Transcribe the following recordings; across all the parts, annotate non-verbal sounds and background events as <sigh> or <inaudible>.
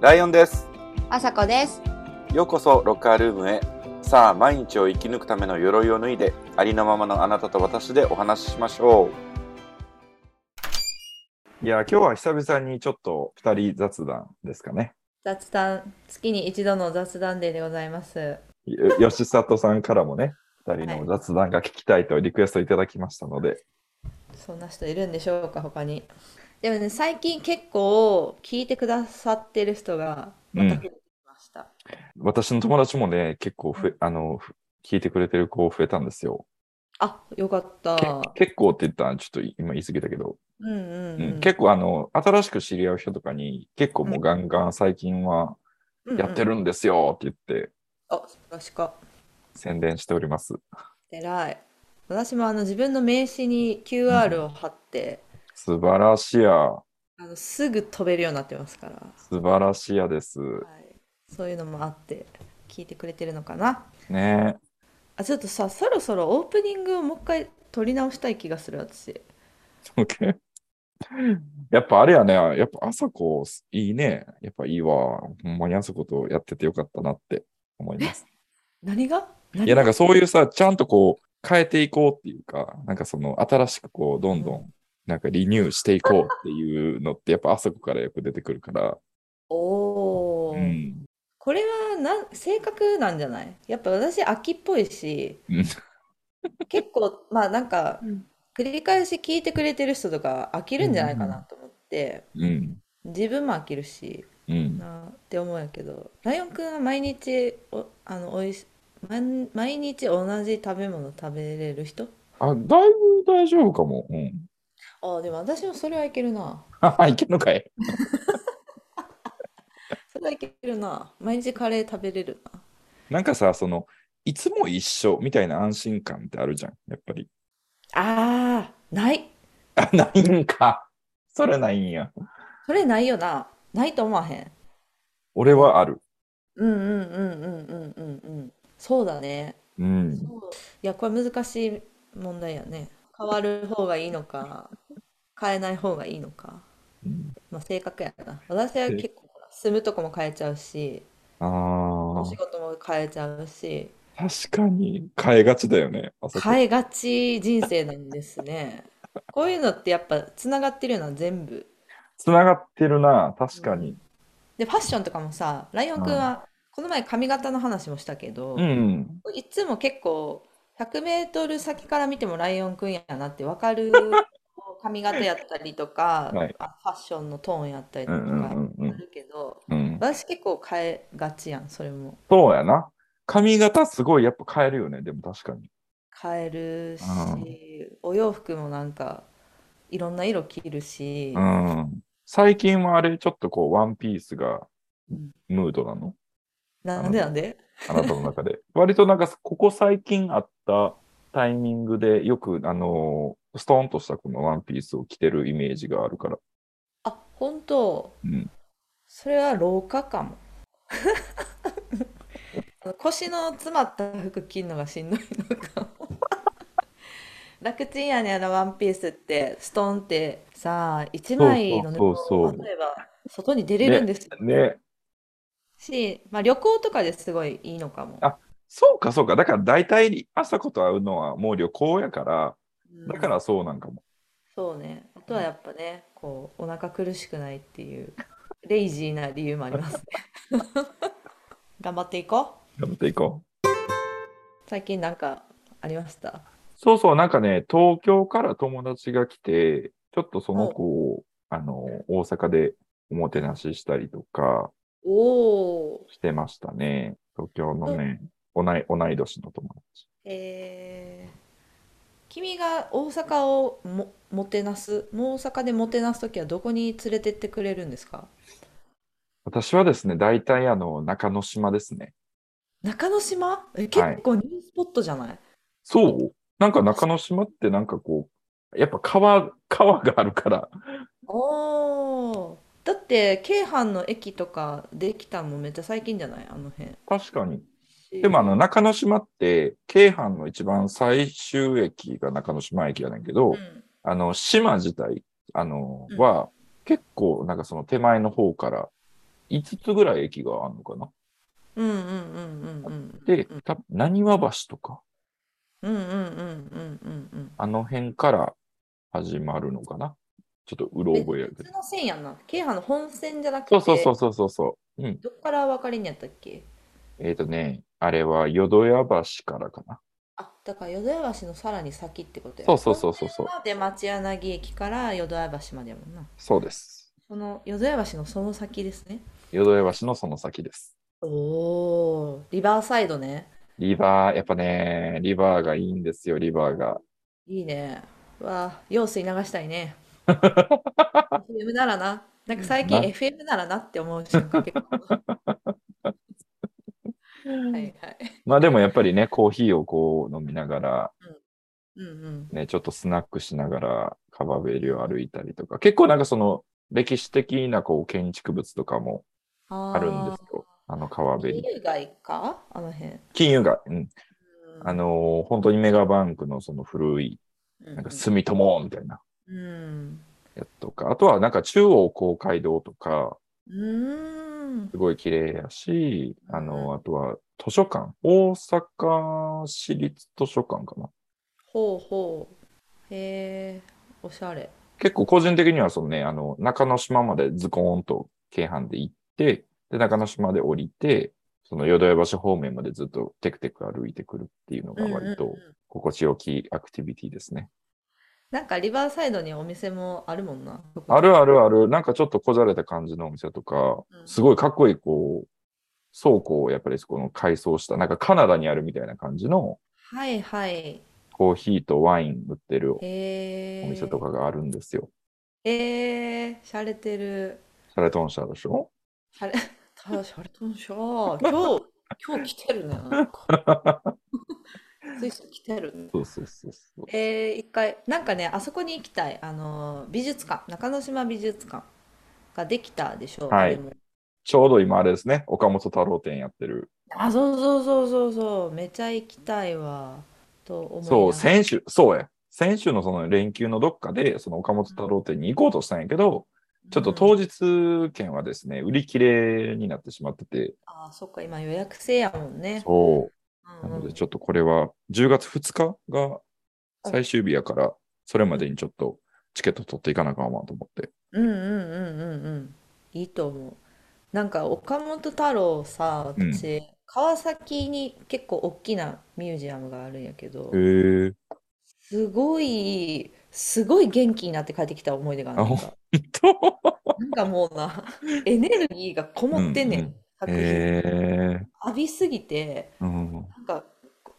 ライオンです。あさこです。ようこそロッカールームへ。さあ、毎日を生き抜くための鎧を脱いで、ありのままのあなたと私でお話ししましょう。いや、今日は久々にちょっと二人雑談ですかね。雑談、月に一度の雑談デーでございます。よ吉里さんからもね、二人の雑談が聞きたいとリクエストいただきましたので。そんな人いるんでしょうか、他に。でもね、最近結構聞いてくださってる人がまた増えてきました。私の友達もね、結構ふあの、ふ聞いてくれてる子増えたんですよ。あ、よかった。結構って言ったらちょっと今言い過ぎたけど、うんうんうんうん。結構あの、新しく知り合う人とかに、結構もうガンガン最近は構やって。るんですよって言ってあ、確か。宣伝しております。偉い。私もあの自分の名刺に QR を貼って、素晴らしや。あのすぐ飛べるようになってますから、素晴らしやです。はい、そういうのもあって聞いてくれてるのかな。ね <laughs> あ、ちょっとさ、そろそろオープニングをもう一回撮り直したい気がする、私。え。やっぱあれやね、やっぱ朝子いいね。やっぱいいわ。ほんまに朝子とやっててよかったなって思い <laughs> ます。何がいや、なんかそういうさ、ちゃんとこう変えていこうっていうか、なんかその新しくこうどんどうんなんかリニューしていこうっていうのってやっぱ朝子からよく出てくるから、おお、うん、これはなん性格なんじゃないやっぱ私秋っぽいしうん結構まあなんかうん繰り返し聞いてくれてる人とか飽きるんじゃないかなと思って、うん。自分も飽きるしうん。なって思うんやけどライオンくんは毎日おあのおいし毎毎日同じ食べ物食べれる人あ、だいぶ大丈夫かも。うん。 <laughs> あでも私もそれはいけるなあ、いけるのかいそれはいけるな毎日カレー食べれるななんかさ、その、いつも一緒みたいな安心感ってあるじゃん、やっぱり。あーないあ、ないんか。それないんや。それないよなないと思わへん俺はある。うんうんうんうんうんうんうんそうだねうん。いやこれ難しい問題やね変わる方がいいのか変えない方がいいのかうんまあ性格やな私は結構ほら住むとこも変えちゃうしあお仕事も変えちゃうしあ、確かに変えがちだよね。あそこ変えがち人生なんですねこういうのってやっぱつながってるよな全部つながってるな、確かに。でファッションとかもさライオンくんはこの前髪型の話もしたけど、うん。いつも結構100メートル先から見てもライオンくんやなって分か <laughs> るこう髪型やったりとか、はいあファッションのトーンやったりうとかんうんうんうあん。るけど、うん、私結構変えがちやんそれもそうやな。髪型すごいやっぱ変えるよね、でも確かに。変えるし、お洋服もなんかいろんな色着るし、うん。最近はあれ、ちょっとこう、ワンピースがうんムードなのなんでなんであなたの中で。 <laughs> 割となんか、ここ最近あったタイミングで、よく、あのーストーンとしたこのワンピースを着てるイメージがあるから。あ本当うん。それは老化かも <laughs> あの腰の詰まった服着るのがしんどいのか <laughs> も楽ちんやねあのワンピースってストンってさあ1枚の布そうそうそうそう例えば外に出れるんですよね、し、まあ、旅行とかですごいいいのかもあそうか、そうか。だから大体、朝子と会うのはもう旅行やから、うんだからそうなんかも。そうねあとはやっぱねこうお腹苦しくないっていうレイジーな理由もあり <laughs> ますね頑張っていこうやっていこう。最近なんかありましたそうそう、なんかね、東京から友達が来て、ちょっとその子を、あのー、大阪でおもてなししたりとかおおしてましたね。東京のね、同い同い年の友達。えー君が大阪をも、もてなす、大阪でもてなすときはどこに連れてってくれるんですか私はですね、大体あの、中之島ですね。中之島え、結構ニュースポットじゃないそうなんか中之島ってなんかこう、やっぱ川、川があるから、おおーだって京阪の駅とかできたのもめっちゃ最近じゃないあの辺。確かに。でもあの、中之島って、京阪の一番最終駅が中之島駅やねんけど、うん、あの、島自体、あの、うんは、結構なんかその手前の方から5つぐらい駅があるのかな。うんうんうんうんうんでうん、たなにわ橋とか、うんうんうんうんうんうんあの辺から始まるのかな。ちょっとうろ覚えやけど普通。の線やんな京阪の本線じゃなくてそうそうそうそうそうそう。うん。どっから分かりにやったっけえっ、とね、あれは淀屋橋からかな。あだから淀屋橋のさらに先ってことやそうそうそうそうそう本線はで町柳駅から淀屋橋までやもんなそうです。その淀屋橋のその先ですね淀屋橋のその先です。おおーリバーサイドねリバー、やっぱね、リバーがいいんですよ、リバーが。いいねうわ用水流したいね FM ならななんか最近な FM ならなって思う瞬間結 <laughs> 構はいはいまあでもやっぱりね、コーヒーをこう飲みながら、うんうんね、ちょっとスナックしながら川べりを歩いたりとか、結構なんかその歴史的なこう建築物とかもあーあるんですよ。あの川べり。金融街かあの辺。金融街。うん。あのー本当にメガバンクのその古い、うん、なんか住友みたいなうん。やつとか、あとはなんか中央公会堂とか、うん。すごい綺麗やし、あうんのーあとは図書館。大阪市立図書館かな。ほうほう。へえ、おしゃれ。結構個人的にはそのね、あの、中之島までズコーンと京阪で行って、で、中之島で降りて、その淀屋橋方面までずっとテクテク歩いてくるっていうのが割うんとうんうん心地よきアクティビティですね。なんかリバーサイドにお店もあるもんな。あるあるある、なんかちょっとこじゃれた感じのお店とかう、んすごいかっこいいこう、倉庫をやっぱりそこの改装した、なんかカナダにあるみたいな感じのはいはい。コーヒーとワイン売ってるへえ。お店とかがあるんですよ。へえ、しゃれてる。シャレトンシャでしょしゃれ、ただしゃれとんしょ。 <laughs> 今日、今日来てるね。なんかスイス来てるね。そうそうそうそう。えー、一回、なんかね、あそこに行きたい。あのー、美術館、中之島美術館ができたでしょう。はいでもちょうど今あれですね、岡本太郎展やってる。あ、そうそうそうそうそう、めちゃ行きたいわ、と思いそう、ながら先週、そうや。先週のその連休のどっかで、その岡本太郎展に行こうとしたんやけど、ちょっとうん当日券はですね、売り切れになってしまってて、あ、そっか、今予約制やもんね。そうう。んなうんので、ちょっとこれは、10月2日が最終日やから、それまでにちょっとチケット取っていかなあかんわと思って。うんうんうんうんうん。いいと思う。なんか岡本太郎さ、うん私、川崎に結構大きなミュージアムがあるんやけど、へえ。すごい、すごい元気になって帰ってきた思い出があるあ、なほんんか。となんかもうな、 <laughs> エネルギーがこもってんね、うんうん作品に。へえ。浴びすぎて、うん。なんか、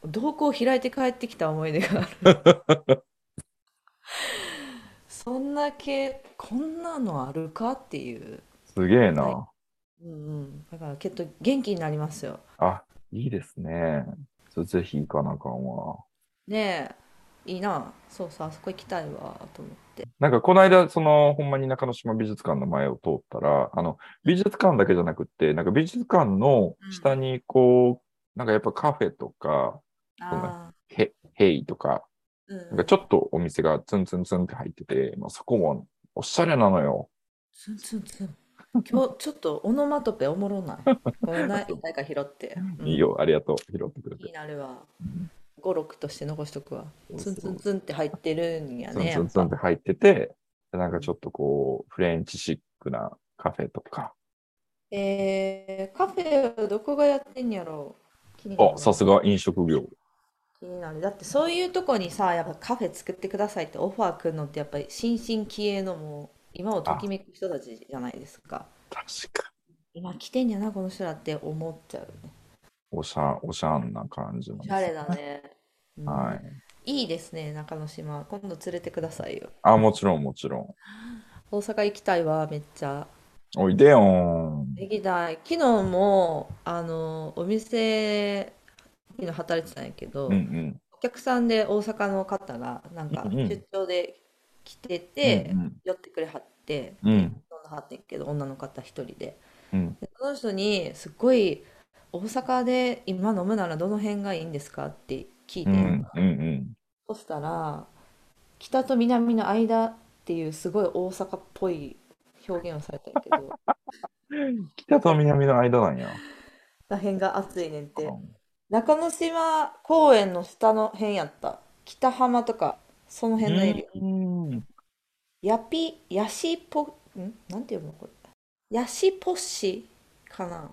瞳孔開いて帰ってきた思い出がある。 <laughs> そんだけ、こんなのあるかっていう。すげえはな。うんうん。だから、きっと元気になりますよ。あ、いいですね。ちょぜひ行かなあかんわ。ねえ、いいな。そうそう、あそこ行きたいわ、と思って。なんかこの間、その、ほんまに中之島美術館の前を通ったら、あの、美術館だけじゃなくって、なんか美術館の下に、こう、なんかやっぱカフェとか、ああ、へ、へいとか、うんなんかちょっとお店がツンツンツンって入ってて、まあ、そこもおしゃれなのよ。ツンツンツン。今日、ちょっとオノマトペおもろない。ごめんな、誰か拾って。うんいいよ、ありがとう、拾ってくれ気て。になるわ。語録として残しとくわ。ツンツンツツンって入ってるんやンね。ツンツンって入ってて、でなんかちょっとこう、フレンチシックなカフェとか。えー、カフェどこがやってんやろ気になるお、さすが。が飲食業。気になる。だってそういうとこにさ、やっぱカフェ作ってくださいってオファー来るのってやっぱり新進気鋭のもう今をときめく人たちじゃないですか。確か今来てんやな、この人らって思っちゃうね。おしゃ、おしゃんな感じの。おしゃれだ。ね。うんはい。いいですね、中之島。今度連れてくださいよ。あ、もちろん、もちろん。大阪行きたいわ、めっちゃ。おいでよーん。できない昨日もあのお店昨日働いてたんやけど、うんうん。お客さんで大阪の方がなんかうんうん出張で来てて、うん寄ってくれはってうん。う飲んんだはってんけど女の方一人でうん。でその人にすっごい大阪で今飲むならどの辺がいいんですかって聞いて、うんうんそしたら北と <laughs> 南の間っていうすごい大阪っぽい表現をされたんやけど北と南の間なんや。らへんが暑いねんってうん中之島公園の下の辺やった北浜とかその辺のエリアうんヤピヤシポんなんて読むのこれヤシポッシかな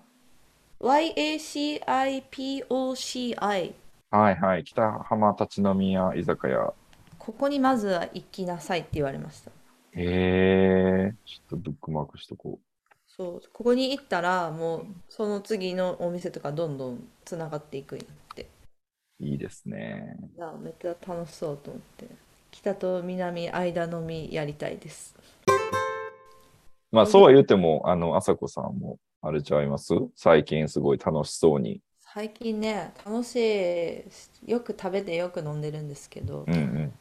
YACIPOCI はいはい。北浜立ち飲み屋、居酒屋。ここにまずは行きなさいって言われましたへえ。ちょっとブックマークしとこそうここに行ったらもうその次のお店とかどんどんつながっていくんやってう。いいですね。いやめっちゃ楽しそうと思って北と南間のみやりたいですまあそうは言っても、あの、あさこさんも、あれちゃいます最近すごい楽しそうに。最近ね楽しいよく食べてよく飲んでるんですけど、うんうん。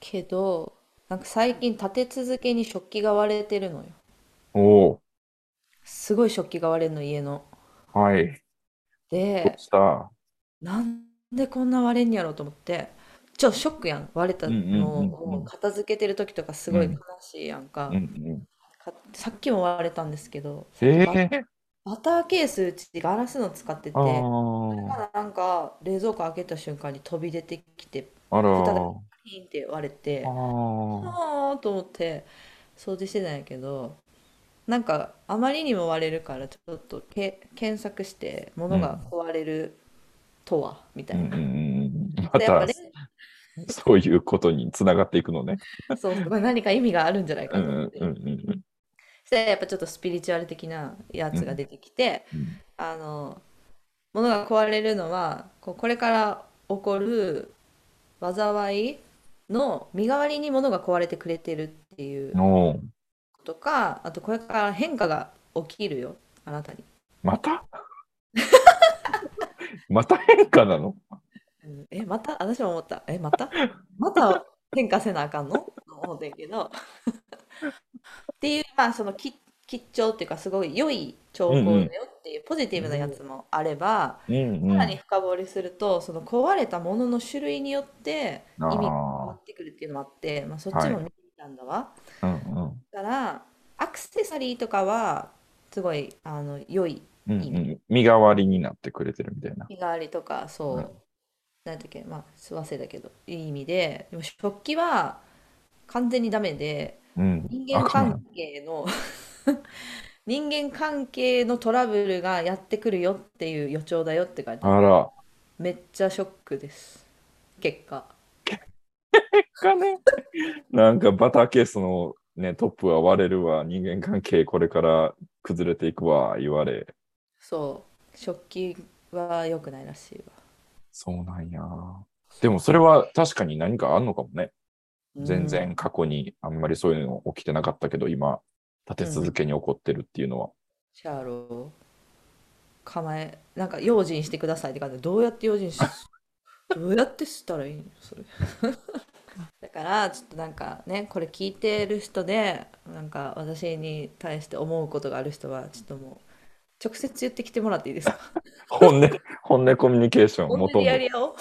けどなんか最近立て続けに食器が割れてるのよおすごい食器が割れるの家のおはい。どでうしたなんでこんな割れんやろうと思ってちょっとショックやん割れたうのんうんうんうをん片付けてる時とかすごいうん悲しいやんか,、うんうん。かさっきも割れたんですけどええバターケースうちガラスの使っててああ。なんか冷蔵庫開けた瞬間に飛び出てきてあら。蓋だピンって割れてああ。ああと思って掃除してたんやけどなんかあまりにも割れるからちょっとけ検索して物が壊れるとは、みたういんうな。んうんうん。までやったぱね、そういうことにつながっていくのね。そうこれ何か意味があるんじゃないうんかうと思んって、うんうんそしたらやっぱちょっとスピリチュアル的なやつが出てきて、うん。あの物が壊れるのはこうこれから起こる災いの身代わりに物が壊れてくれてるっていうおお。とかあとこれから変化が起きるよあなたに、また <laughs> また変化なのうんえまた私も思ったえまた <laughs> また変化せなあかんのと思ってんけど <laughs> っていうまあそのき吉兆っていうかすごい良い兆候だよっていうポジティブなやつもあれば、うんうさらに深掘りするとその壊れたものの種類によって意味が変わってくるっていうのもあってまあ、そっちも見てみたんだわ。うんだからアクセサリーとかはすごいあの良いうんうんうん身代わりになってくれてるみたいな。日替わりとかそう、うんなんだっけまあ忘れだけどいい意味ででも食器は完全にダメでうん。人間関係の <laughs> 人間関係のトラブルがやってくるよっていう予兆だよって書いてあるあら。めっちゃショックです結果かね。なんかバターケースのね、トップは割れるわ、人間関係これから崩れていくわ、言われ。そう食器は良くないらしいわそうなんや。でもそれは確かに何かあんのかもね。全うん然過去にあんまりそういうの起きてなかったけど、今、立て続けに起こってるっていうのは。シャーロー構えなんか用心してくださいって感じでどうやって用心 <laughs> しどうやってしたらいいのそれ <laughs> だからちょっとなんかねこれ聞いてる人でなんか私に対して思うことがある人はちょっともう直接言ってきてもらっていいですか本音、本音コミュニケーション、本音 <laughs> 求でやめ。り合 <laughs> おう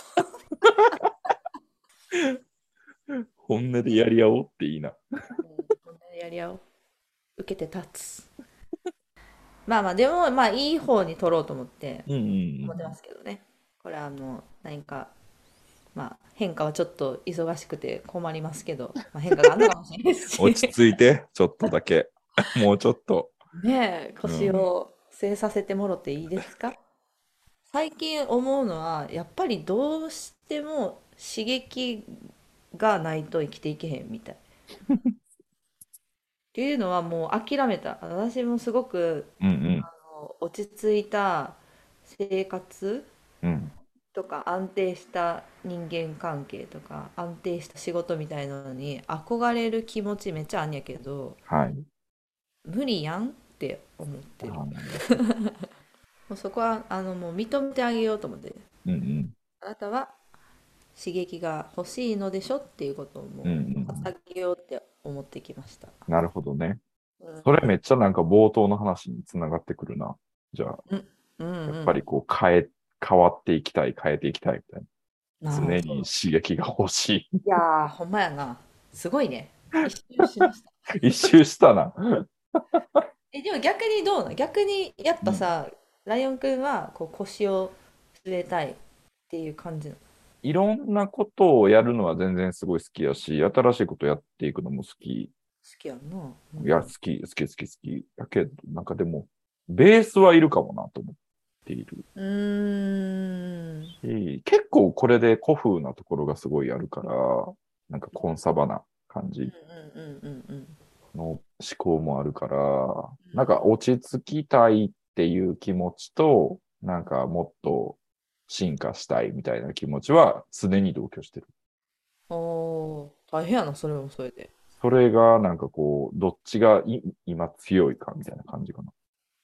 本音でやり合おうっていいな。うん本音でやり合おう受けて立つまあまあでもまあいい方に取ろうと思ってうんうん思ってますけどね。これはあの何か、まあ、変化はちょっと忙しくて困りますけど、まあ、変化があるのかもしれないです <laughs> し落ち着いて、ちょっとだけ。もうちょっと。ねえ腰を据えさせてもろていいですか、最近思うのはやっぱりどうしても刺激がないと生きていけへん <laughs> みたい。っていうのはもう諦めた私もすごくうんうん落ち着いた生活うんとか安定した人間関係とか安定した仕事みたいなのに憧れる気持ちめっちゃあんやけどはい。無理やんって思ってるもううそこはあのもう認めてあげようと思ってんうんあなたは刺激が欲しいのでしょっていうことをもううんうんあげようって思ってきました、なるほどね。うんそれめっちゃなんか冒頭の話につながってくるな。じゃあ、うんうんやっぱりこう変え、変わっていきたい、変えていきたいみたいなあな。常に刺激が欲 <laughs> しいやーほんまやなすごいね一周しましたい。一周したな。え、でも逆にどうなの逆にやっぱさ、ライオンくんはこう腰を据えたいっていう感じなの。いろんなことをやるのは全然すごい好きやし、新しいことやっていくのも好き。好きやんな。うんいや、好き、好き、好き、好き。やけど、なんかでも、ベースはいるかもなと思っているうーん。し、結構これで古風なところがすごいあるから、なんかコンサバな感じうんうんうんうんうん。の思考もあるから、なんか落ち着きたいっていう気持ちと、なんかもっと進化したいみたいな気持ちは常に同居してる。おー、大変やな、それもそれで。それがなんかこう、どっちがい今強いかみたいな感じか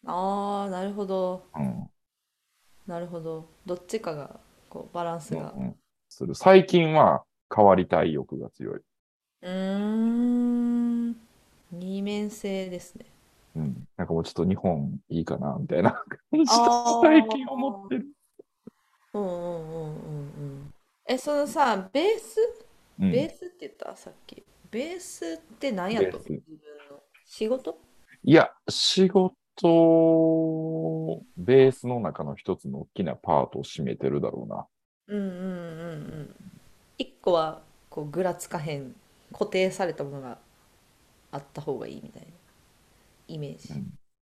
あー、なるほど。な。うん。なるほど。どっちかが、こう、バランスがう。んする。最近は変わりたい欲が強い。うーん。二面性ですね。うん。なんかもうちょっと日本いいかなみたいな感じあとー最近思ってる。うんうんうんうんうん。え、そのさ、ベースうんベースって言った、さっき。ベースって何やと思うベー自分の仕事いや、仕事、ベースの中の一つの大きなパートを占めてるだろうな。うんうんうんうん。一個はこうぐらつかへん固定されたものがあった方がいいみたいなイメージ。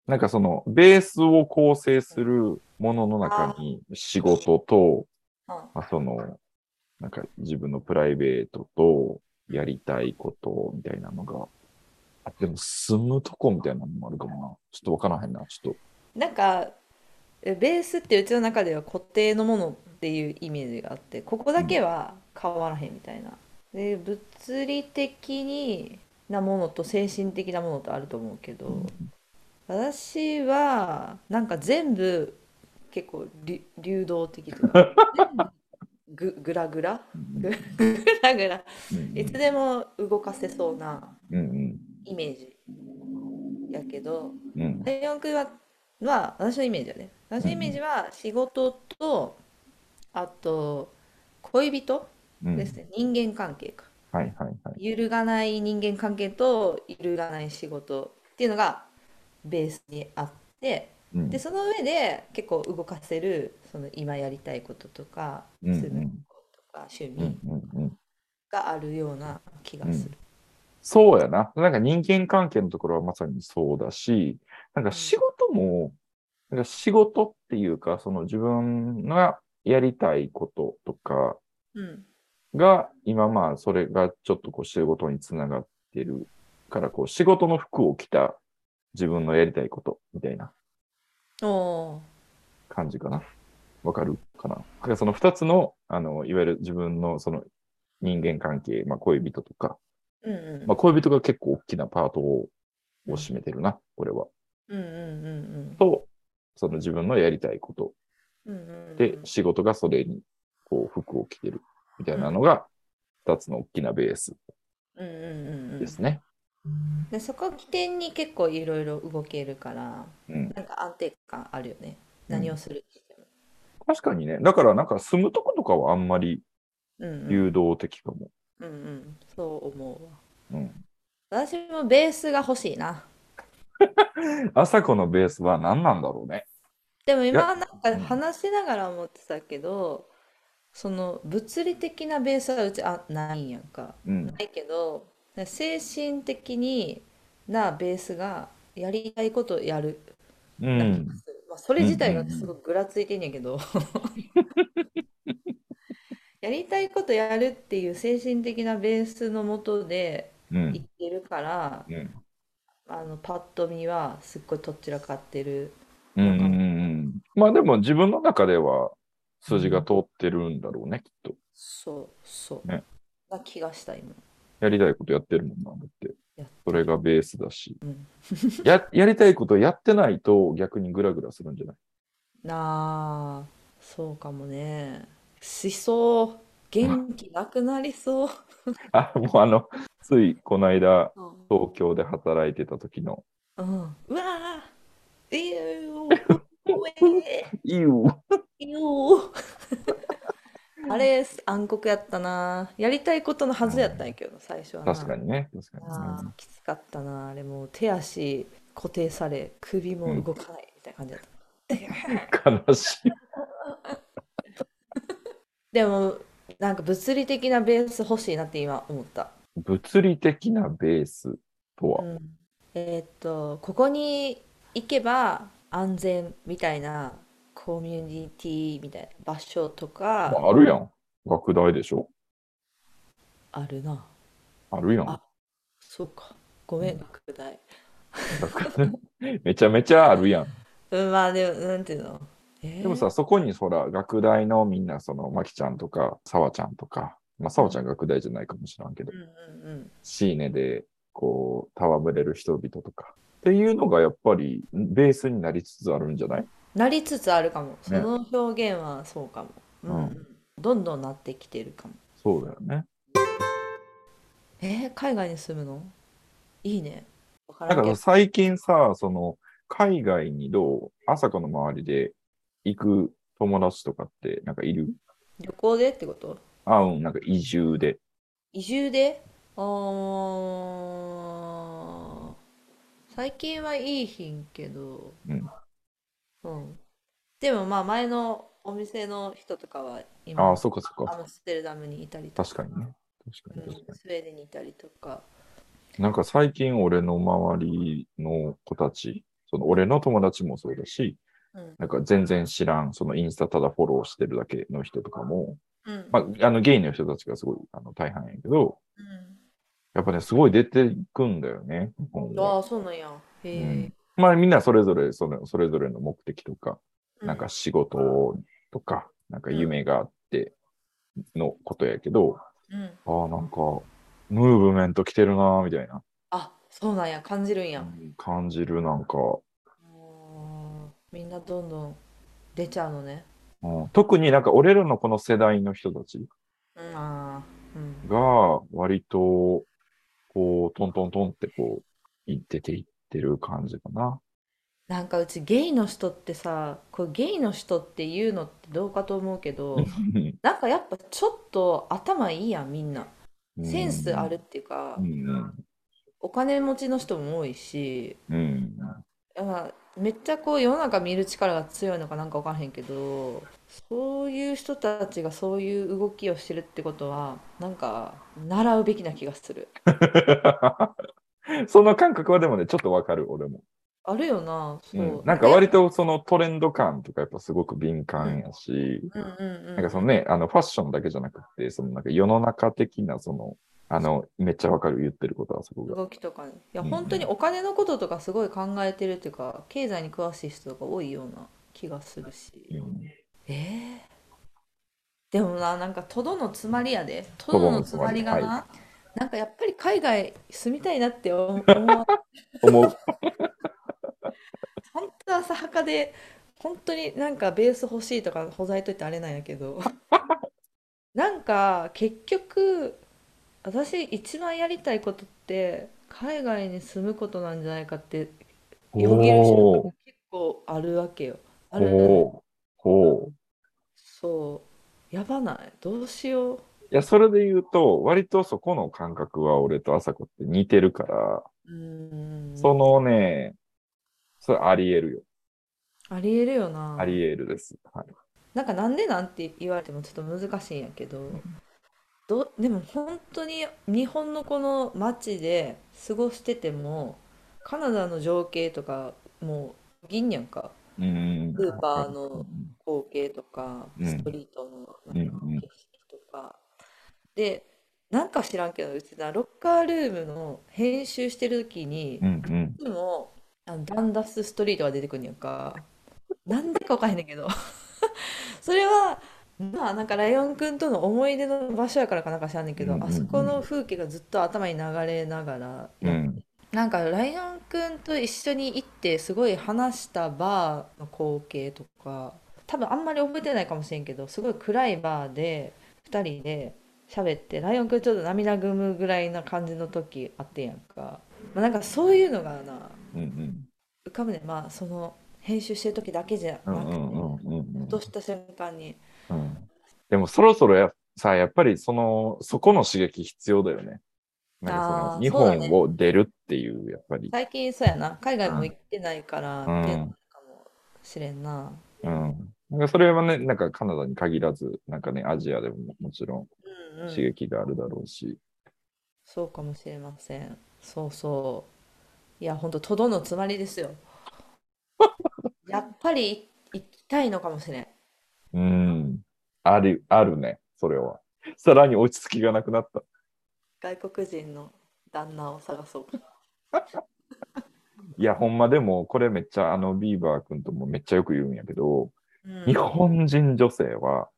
なんかその、ベースを構成するものの中に仕事と、あまあ、その、なんか自分のプライベートとやりたいことみたいなのが、あ、でも住むとこみたいなのもあるかもな。ちょっとわからへんな。ちょっと。なんかえベースってうちの中では固定のものっていうイメージがあってここだけは変わらへんみたいな。で物理的になものと精神的なものとあると思うけど、私はなんか全部結構り流動的というか全部ぐぐらぐらうんぐらぐらうんいつでも動かせそうなうんイメージやけどうんうんライオン君は、は私のイメージやね私のイメージは仕事とあと恋人うんですね、人間関係かはいはいはい。揺るがない人間関係と揺るがない仕事っていうのがベースにあってうんでその上で結構動かせるその今やりたいこととかうんうんすることとか趣うん味うんうんがあるような気がする。そうやな。なんか人間関係のところはまさにそうだし、なんか仕事も、なんか仕事っていうか、その自分がやりたいこととか、うんが、今まあ、それがちょっとこう仕事につながってるから、こう仕事の服を着た自分のやりたいことみたいなおー感じかな。わかるかな。だからその二つの、あの、いわゆる自分のその人間関係、まあ恋人とか、うんうんまあ恋人が結構大きなパートをを占めてるな、これは。うんうんうんと、その自分のやりたいことうんうんうんうんで、仕事がそれにこう服を着てるみたいなのが、二つの大きなベースうんうんうんうんですね。でそこを起点に結構いろいろ動けるからうん。なんか安定感あるよねうん何をするにしても確かにね。だからなんか住むとことかはあんまりうんうん誘導的かも。うんうんそう思うわうん。私もベースが欲しいな朝子のベースは何なんだろうね。でもい今なんか話しながら思ってたけどその物理的なベースはうちあないんやんかうん。ないけど精神的になベースがやりたいことをやるうな気んが。するまあ、それ自体がすごくぐらついてんやけどやりたいことやるっていう精神的なベースのもとでういっん。てるから、うん。あのパッと見はすっごいとっちらかってるうん。うんうん。まあでも自分の中では筋が通ってるんだろうね、きっと。そうそう、ねな気がした今やりたいことやってるもんな、だって。やってるそれがベースだし。うんや、やりたいことやってないと逆にグラグラするんじゃない <laughs> なあそうかもねしそう元気なくなりそう、あ、もうあの、ついこの間、うん東京で働いてた時の、うん、うわあいいようえーいいよ。 <laughs> よーあれ暗黒やったなやりたいことのはずやったんやけどな最初はな確かにね。確かにね。あーきつかったなあれもう手足固定され、首も動かないみたいな感じだった。悲しい。でも、なんか物理的なベース欲しいなって今思った。物理的なベースとは。うん、えーっと、ここに行けば安全みたいなコミュニティみたいな場所とかまあ、あるやん。学大でしょあるな。あるやんあ。そうか。ごめん、拡大。学大 <laughs> めちゃめちゃあるやん。うん、まあでも、なんていうの。えでもさ、そこにそら、学大のみんな、その、まきちゃんとか、さわちゃんとか、まあ、さわちゃん学大じゃないかもしらんけどー、うんうんうん。シーネで、こう、戯れる人々とか、っていうのがやっぱり、ベースになりつつあるんじゃないなりつつあるかも。その表現はそうかも。うんううん。どんどんなってきてるかも。そうだよね。えー、海外に住むのいいね。わかだらかんけらど。最近さ、その、海外にどう、朝子の周りで行く友達とかって、なんかいる旅行でってことあ、うん、なんか移住で。移住であー最近はいいひんけど、うんうんでもまあ前のお店の人とかは今ああ、そっかそっアか。ムステルダムにいたりとか確かにね。確かにうん確かスウェーデンにいたりとか、に。なんか最近俺の周りの子たち、その俺の友達もそうだし、うんなんか全然知らん、そのインスタただフォローしてるだけの人とかも、うんまあ、あのゲイの人たちがすごいあの大半やけど、やっぱね、すごい出ていくんだよね、日本うん、はああそうなんやへえ、うんまあみんなそれぞれその、それぞれの目的とか、うなんか仕事とか、なんか夢があってのことやけど、うんああ、なんか、ムーブメント来てるな、みたいなあそうなんや感じるんや、感じる、なんか、あーみんなどんどん出ちゃうのねうん特になんか俺らのこの世代の人たちうんあーうんが、割と、こう、トントントンってこう、い出ていってる感じかな。なんかうちゲイの人ってさこうゲイの人っていうのってどうかと思うけどなんかやっぱちょっと頭いいやんみんなセンスあるっていうか、うん。お金持ちの人も多いしうん。あめっちゃこう世の中見る力が強いのかなんか分からへんけどそういう人たちがそういう動きをしてるってことはなんか習うべきな気がする <laughs> その感覚はでもね、ちょっとわかる、俺も。あるよなそう、うん、なんか割とそのトレンド感とかやっぱすごく敏感やし、うんうんうんなんかそのね、あのファッションだけじゃなくて、そのなんか世の中的なその、あの、めっちゃわかる言ってることはそこが。動きとかねいや、うん本当にお金のこととかすごい考えてるっていうか経済に詳しい人が多いような気がするし、うんえーでもななんかとどのつまりやでとどのつまりがとどのつまりな、はなんかやっぱり海外住みたいなって思思う思 <laughs> う。本当は浅はかで本当になんかベース欲しいとかほざいといてあれなんや <laughs> けどなんか結局私一番やりたいことって海外に住むことなんじゃないかってよぎる瞬間おが結構あるわけよ。あーるのおーおーそう。やばない。どうしよう。いや、それで言うと、割とそこの感覚は俺と朝子って似てるから、うーん。そのね、それあり得るよ。ありえるよな。あり得るです。はい、なんかなんでなんて言われてもちょっと難しいんやけど、どうでも本当に日本のこの街で過ごしててもカナダの情景とかもう銀やんかうん。スーパーの光景とかうんストリートのなんかうんうん景色とか、でなんか知らんけどうちなロッカールームの編集してる時にうんうん。いつもあのダンダスストリートが出てくるんやんかなんでかわかんへんねんけど <laughs> それはまあなんかライオンくんとの思い出の場所やからかなんか知らんねんけど、うんうんうんあそこの風景がずっと頭に流れながらやっうてんうん。なんかライオンくんと一緒に行ってすごい話したバーの光景とか多分あんまり覚えてないかもしれんけどすごい暗いバーで2人で喋ってライオンくんちょっと涙ぐむぐらいな感じの時あってんやんか、まあ、なんかそういうのがなうんうん。浮かぶねまあその編集してる時だけじゃうなんくうてんうんうんうんふとした瞬間にうんでもそろそろやさ、やっぱりその、そこの刺激必要だよね。なんかそのあー日そうだね本を出るっていう、やっぱり。最近そうやな海外も行ってないから、うんっていうのもあるかもしれんなうん。なんかそれはね、なんかカナダに限らず、なんかね、アジアでももちろうんん、う刺ん、激があるだろうし。そうかもしれませんそうそういやほんととどのつまりで <laughs> すよやっぱり行きたいのかもしれんうん。ある、あるね、それは。さらに落ち着きがなくなった。外国人の旦那を探そういや、ほんまでも、これめっちゃ、あの、ビーバー君ともめっちゃよく言うんやけど、うん日本人女性は、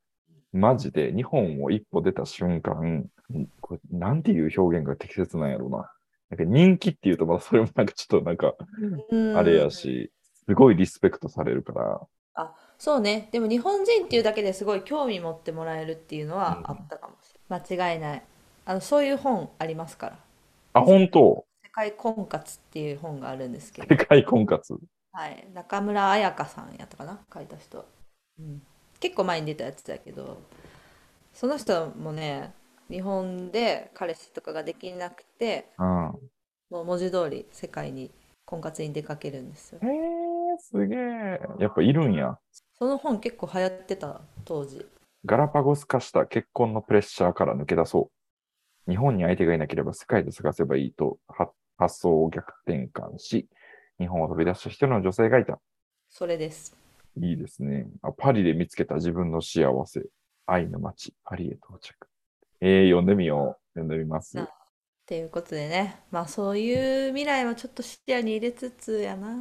マジで日本を一歩出た瞬間、んこれなんていう表現が適切なんやろうな。なんか人気っていうと、まだそれもなんかちょっとなんか、うんあれやし、すごいリスペクトされるから、そうねでも日本人っていうだけですごい興味持ってもらえるっていうのはうんあったかもしれない、間違いないあのそういう本ありますからあ、本当「世界婚活」っていう本があるんですけど世界婚活。はい、中村彩香さんやったかな書いた人、うん、結構前に出たやつだけどその人もね日本で彼氏とかができなくてうん。もう文字通り世界に婚活に出かけるんですよへえ、すげえ。やっぱいるんや。その本結構流行ってた当時ガラパゴス化した結婚のプレッシャーから抜け出そう。日本に相手がいなければ世界で探せばいいとは発想を逆転換し、日本を飛び出した一人の女性がいた。それですいいですね。あ、パリで見つけた自分の幸せ。愛の街、パリへ到着。えー、読んでみよう。読んでみます。なということでねまあそういう未来もちょっと視野に入れつつやな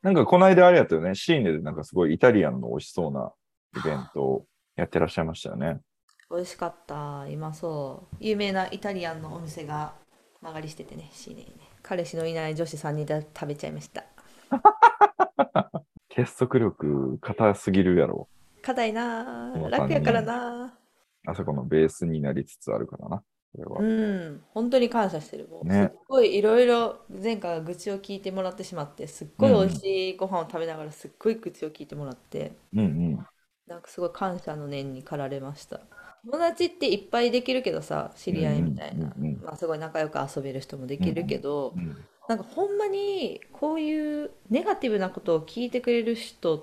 なんかこの間あれやったよね。シーネでなんかすごいイタリアンの美味しそうなイベントをやってらっしゃいましたよね。美味しかった今そう有名なイタリアンのお店が曲がりしててねシーネにね彼氏のいない女子3人で食べちゃいました結束力硬すぎるやろ。硬いなそうだねあ楽やからなあそこのベースになりつつあるからな。これあは。うん本当に感謝してるもう、ねすっごいいろいろ前回は愚痴を聞いてもらってしまってすっごい美味しいご飯を食べながらすっごい愚痴を聞いてもらって、うんうん。なんかすごい感謝の念に駆られました友達っていっぱいできるけどさ知り合いみたいな、うんうんうんうんまあ、すごい仲良く遊べる人もできるけど、うんなんかほんまにこういうネガティブなことを聞いてくれる人っ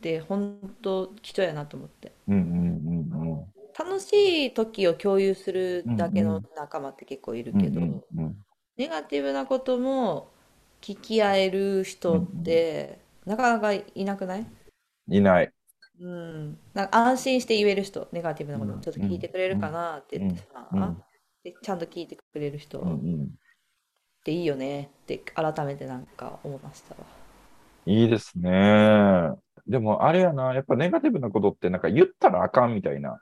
て本当貴重やなと思ってうんうんうんうん。楽しい時を共有するだけうんうの仲間って結構いるうんけど、うんうんネガティブなことも聞き合える人ってなかなかいなくないいない。うん、なんか安心して言える人、ネガティブなこうとんちょっと聞いてくれるかなって言ってさ、うんうんでちゃんと聞いてくれる人うんっうんていいよねって改めてなんか思いましたわ。いいですね。でもあれやな、やっぱネガティブなことってなんか言ったらあかんみたいな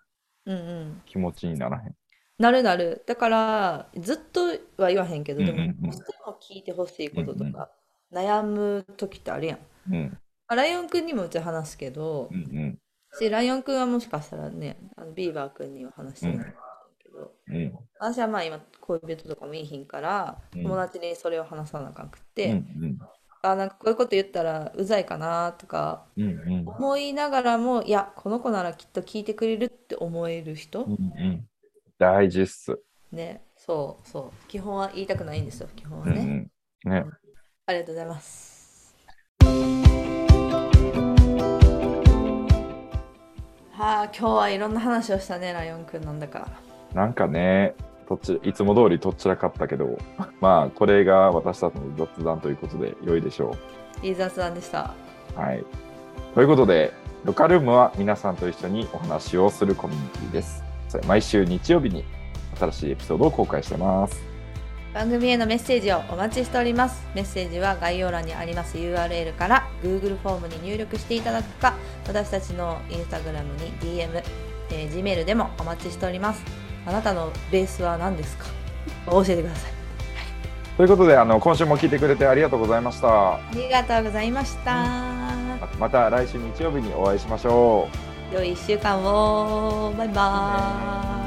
うんうん。気持ちにならへん。なるなる。だからずっとは言わへんけど、うんうでんもうんどうしても聞いてほしいこととか、悩む時ってあるやん。うんあライオンくんにもうち話すけどう、ん私ライオンくんはもしかしたらね、あのビーバーくんには話してるんだけど、うんうん私はまあ今恋人とかもいいひんから、うん友達にそれを話さなあかんくって、うんあなんかこういうこと言ったらうざいかなとかうんうんうん思いながらもいやこの子ならきっと聞いてくれるって思える人、うんうん大事っす。ねそうそう基本は言いたくないんですよ基本はうんね、うんね。ありがとうございますはあ今日はいろんな話をしたねライオンくんなんだかなんかね、どっちいつも通りとっちらかったけど、まあこれが私たちの雑談ということで良いでしょう。いい雑談でしたはい。ということで、ロカルームは皆さんと一緒にお話をするコミュニティです。それ毎週日曜日に新しいエピソードを公開してます。番組へのメッセージをお待ちしておりますメッセージは概要欄にあります URL から Google フォームに入力していただくか私たちの Instagram に DM、えー Gmail でもお待ちしておりますあなたのベースは何ですか教えてくださいということで、あの今週も聞いてくれてありがとうございました。ありがとうございました、ままた来週日曜日にお会いしましょう。良い1週間をバイバーイ